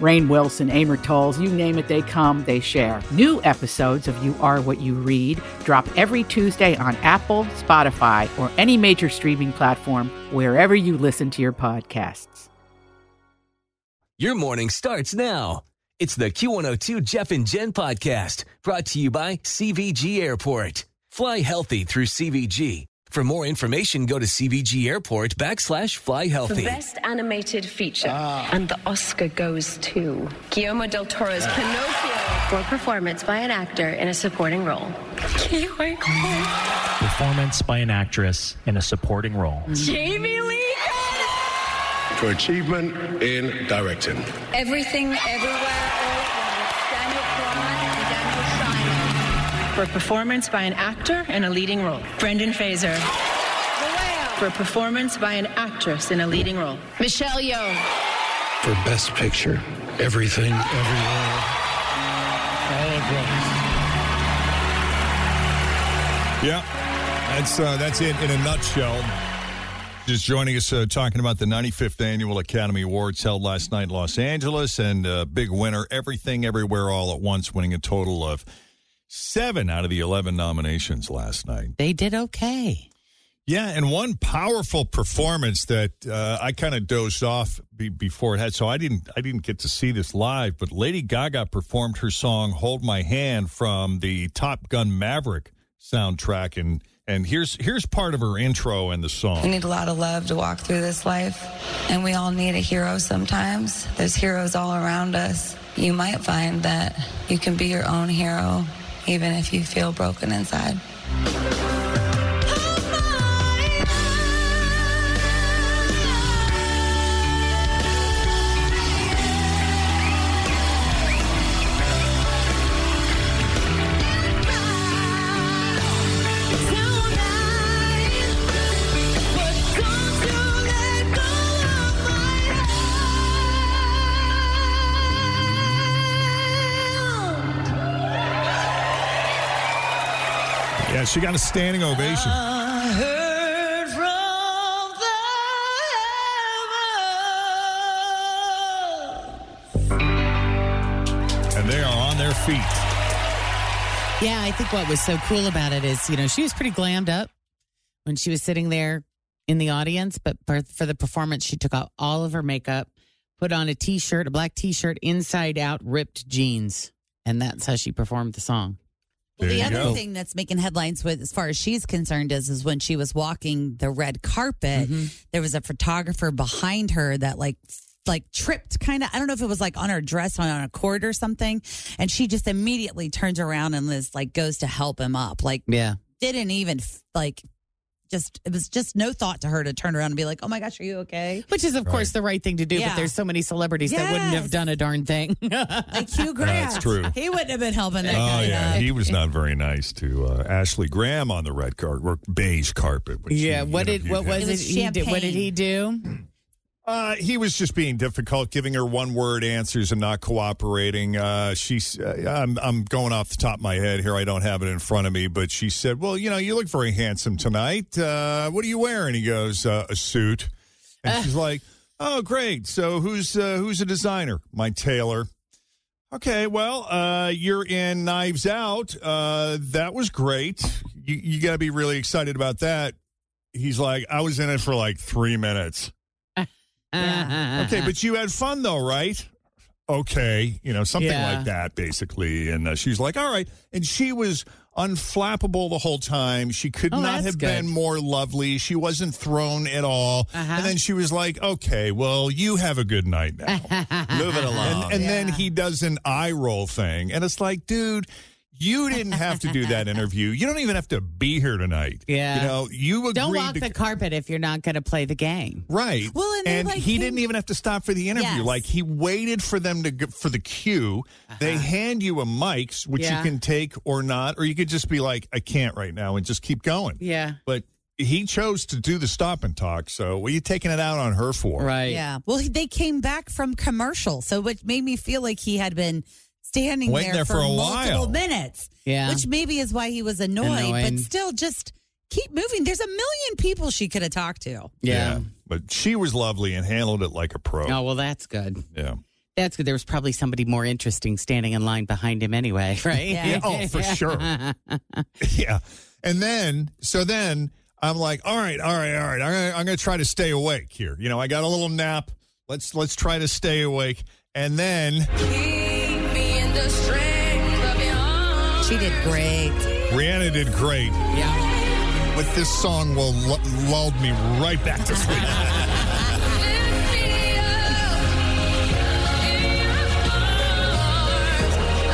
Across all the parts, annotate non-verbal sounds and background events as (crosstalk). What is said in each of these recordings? Rain Wilson, Amor Tolls, you name it, they come, they share. New episodes of You Are What You Read drop every Tuesday on Apple, Spotify, or any major streaming platform wherever you listen to your podcasts. Your morning starts now. It's the Q102 Jeff and Jen podcast brought to you by CVG Airport. Fly healthy through CVG. For more information, go to CVG Airport backslash fly For healthy. Best Animated Feature. And the Oscar goes to Guillermo del Toro's Pinocchio for performance by an actor in a supporting role. Keyword call. performance by an actress in a supporting role. Mm-hmm. Jamie Lee. for achievement in directing. Everything, everywhere, all at once. Daniel Kwan and Daniel Schreiner. for a performance by an actor in a leading role. Brendan Fraser. For a performance by an actress in a leading role. Michelle Yeoh. For best picture, everything, everywhere, all at once. Yeah, that's uh, that's it in a nutshell. Just joining us, uh, talking about the 95th annual Academy Awards held last night in Los Angeles, and uh, big winner, Everything Everywhere All at Once, winning a total of seven out of the 11 nominations last night. They did okay. Yeah, and one powerful performance that uh, I kind of dozed off be- before it had, so I didn't I didn't get to see this live. But Lady Gaga performed her song "Hold My Hand" from the Top Gun Maverick soundtrack, and and here's here's part of her intro and the We song. need a lot of love to walk through this life, and we all need a hero sometimes. There's heroes all around us. You might find that you can be your own hero, even if you feel broken inside. Yeah, she got a standing ovation. And they are on their feet. Yeah, I think what was so cool about it is, you know, she was pretty glammed up when she was sitting there in the audience, but for, for the performance, she took out all of her makeup, put on a t shirt, a black t shirt, inside out, ripped jeans. And that's how she performed the song. There the you other go. thing that's making headlines with as far as she's concerned is is when she was walking the red carpet, there was a photographer behind her that like f- like tripped kind of I don't know if it was like on her dress on, on a cord or something and she just immediately turns around and is like goes to help him up like Yeah. didn't even f- like just it was just no thought to her to turn around and be like oh my gosh are you okay Which is, of course, the right thing to do, but Yeah. there's so many celebrities that wouldn't have Yes. done a darn thing. (laughs) like Hugh Grant That's true. he wouldn't have been helping that Oh guy yeah, up. he was not very nice to uh, Ashley Graham on the red carpet, or beige carpet. which yeah. she What did, interviewed what him. was It it? was he did, what did champagne. he do? Uh, he was just being difficult, giving her one word answers and not cooperating. Uh, she's, uh, I'm, I'm going off the top of my head here. I don't have it in front of me, but she said, Well, you know, you look very handsome tonight. Uh, what are you wearing? He goes, uh, A suit. And she's like, Oh, great. So who's, uh, who's a designer? My tailor. Okay, well, uh, you're in Knives Out. Uh, that was great. You, you got to be really excited about that. He's like, I was in it for like three minutes. Uh-huh. Okay, but you had fun though, right? Okay, you know, something Yeah. like that, basically. And uh, she's like, all right. And she was unflappable the whole time. She could Oh, not that's have good. Uh-huh. been more lovely. She wasn't thrown at all. And then she was like, okay, well, you have a good night now. (laughs) Move it along. And, and then he does an eye roll thing. And it's like, dude, you didn't have to (laughs) do that interview. You don't even have to be here tonight. Yeah. You know, you agreed Don't walk to the carpet if you're not going to play the game. Right. Well, and they, like, he came- didn't even have to stop for the interview. Yes. Uh-huh. Like he waited for them to go, for the cue. They hand you a mic, which Yeah. you can take or not, or you could just be like, "I can't right now," and just keep going. Yeah. But he chose to do the stop and talk. So what are you taking it out on her for? Yeah. Well, he- they came back from commercial, so which made me feel like he had been standing Waiting there for a multiple while. minutes. Yeah. Which maybe is why he was annoyed, Annoying. but still just keep moving. There's a million people she could have talked to. Yeah. But she was lovely and handled it like a pro. Oh, well, that's good. Yeah. That's good. There was probably somebody more interesting standing in line behind him anyway, (laughs) right? Yeah. Yeah, oh, for sure. (laughs) yeah. And then, so then I'm like, all right, all right, all right. I'm gonna, I'm gonna try to stay awake here. You know, I got a little nap. Let's let's try to stay awake. And then She did great. Rihanna did great. Yeah. But this song will l- lulled me right back to sleep. (laughs) Oh,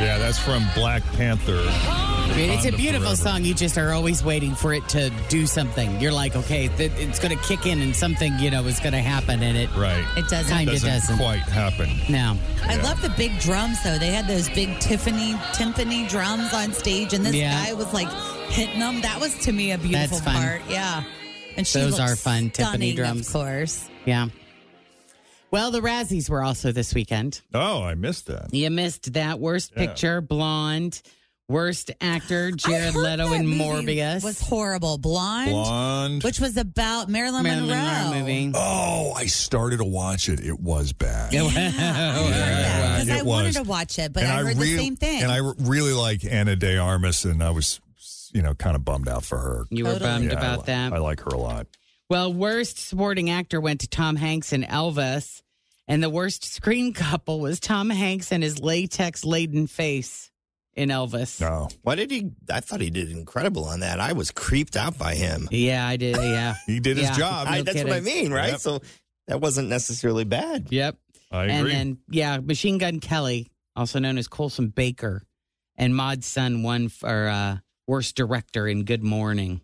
yeah, that's from Black Panther. I mean, it's a Wakanda beautiful Forever. song. You just are always waiting for it to do something. You're like, okay, th- it's going to kick in and something, you know, is going to happen. And it Right. It doesn't. Kind of Doesn't doesn't. quite happen. No. I love the big drums though. They had those big Tiffany timpani drums on stage, and this Yeah. guy was like hitting them. That was to me a beautiful That's fun. part. Yeah, and she Those looked are fun Tiffany stunning, drums. of course. Yeah. Well, the Razzies were also this weekend. Oh, I missed that. You missed that. Worst Yeah. Picture, Blonde. Worst (gasps) Actor, Jared heard Leto that and movie Morbius. was horrible. Blonde, Blonde. which was about Marilyn, Marilyn Monroe movie. Oh, I started to watch it. It was (laughs) bad. Yeah, Because I It wanted was. to watch it, but And I heard the real- same thing. And I re- really like Anna De Armas, and I was, you know, kind of bummed out for her. You were Totally. bummed I about li- that. I like her a lot. Well, worst supporting actor went to Tom Hanks and Elvis, and the worst screen (laughs) couple was Tom Hanks and his latex laden face in Elvis. No. Why did he? I thought he did incredible on that. I was creeped out by him. Yeah, I did. (laughs) Yeah, he did his Yeah, job. no that's kidding. what I mean, right? Yep. So that wasn't necessarily bad. Yep. I And then, yeah, Machine Gun Kelly, also known as Colson Baker, and Maud's son won for uh, worst director in Good Morning.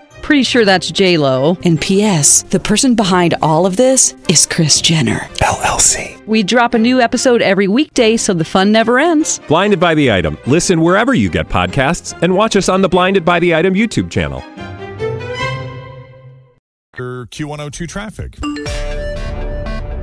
Pretty sure that's J Lo. And P.S. The person behind all of this is Chris Jenner LLC. We drop a new episode every weekday, so the fun never ends. Blinded by the item. Listen wherever you get podcasts, and watch us on the Blinded by the Item YouTube channel. your Q102 traffic.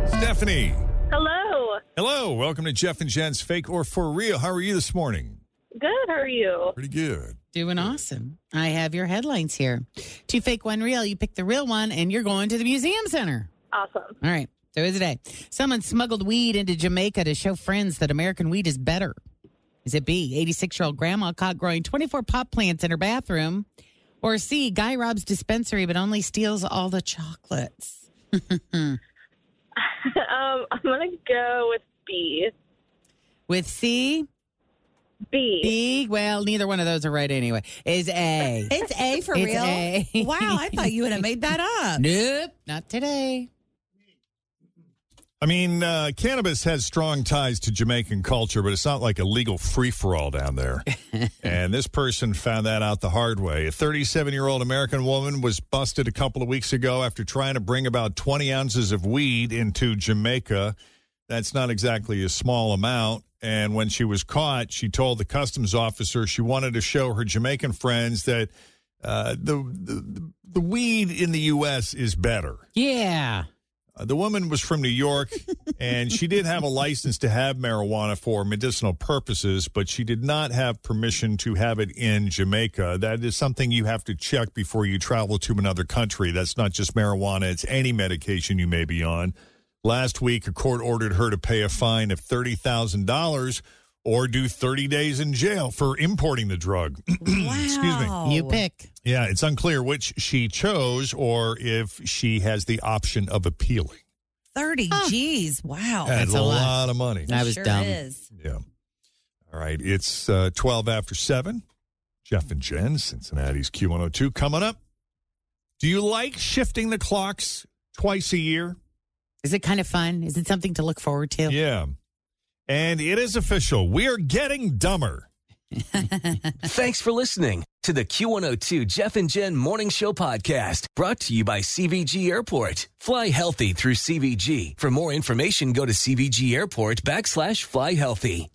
Stephanie. Hello. Hello. Welcome to Jeff and Jen's Fake or For Real. How are you this morning? Good. How are you? Pretty good. Doing awesome. I have your headlines here. Two fake, one real. You pick the real one, and you're going to the museum center. Awesome. All right. So is today. Someone smuggled weed into Jamaica to show friends that American weed is better. Is it B? 86 year old grandma caught growing 24 pot plants in her bathroom. Or C? Guy robs dispensary but only steals all (laughs) the chocolates. um, I'm gonna go with B. With C? B. B? Well, neither one of those are right anyway. Is A. It's A for It's real. A. Wow, I thought you would have made that up. nope, not today. I mean, uh, cannabis has strong ties to Jamaican culture, but it's not like a legal free for all down there. and this person found that out the hard way. A 37 year old American woman was busted a couple of weeks ago after trying to bring about 20 ounces of weed into Jamaica. That's not exactly a small amount. And when she was caught, she told the customs officer she wanted to show her Jamaican friends that uh, the, the the weed in the U.S. is better. Yeah. Uh, the woman was from New York, and she did have a license to have marijuana for medicinal purposes, but she did not have permission to have it in Jamaica. That is something you have to check before you travel to another country. That's not just marijuana, it's any medication you may be on. Last week, a court ordered her to pay a fine of $30,000 or do 30 days in jail for importing the drug. (clears throat) Excuse me. You pick. Yeah, it's unclear which she chose or if she has the option of appealing. 30. Geez. Wow. That's, a lot. of money. I was sure dumb. Is. Yeah. All right. It's uh, 12 after 7. Jeff and Jen, Cincinnati's Q102 coming up. Do you like shifting the clocks twice a year? Is it kind of fun? Is it something to look forward to? Yeah. And it is official. We are getting dumber. (laughs) Thanks for listening to the Q102 Jeff and Jen Morning Show podcast brought to you by CVG Airport. Fly healthy through CVG. For more information, go to CVG Airport backslash fly healthy.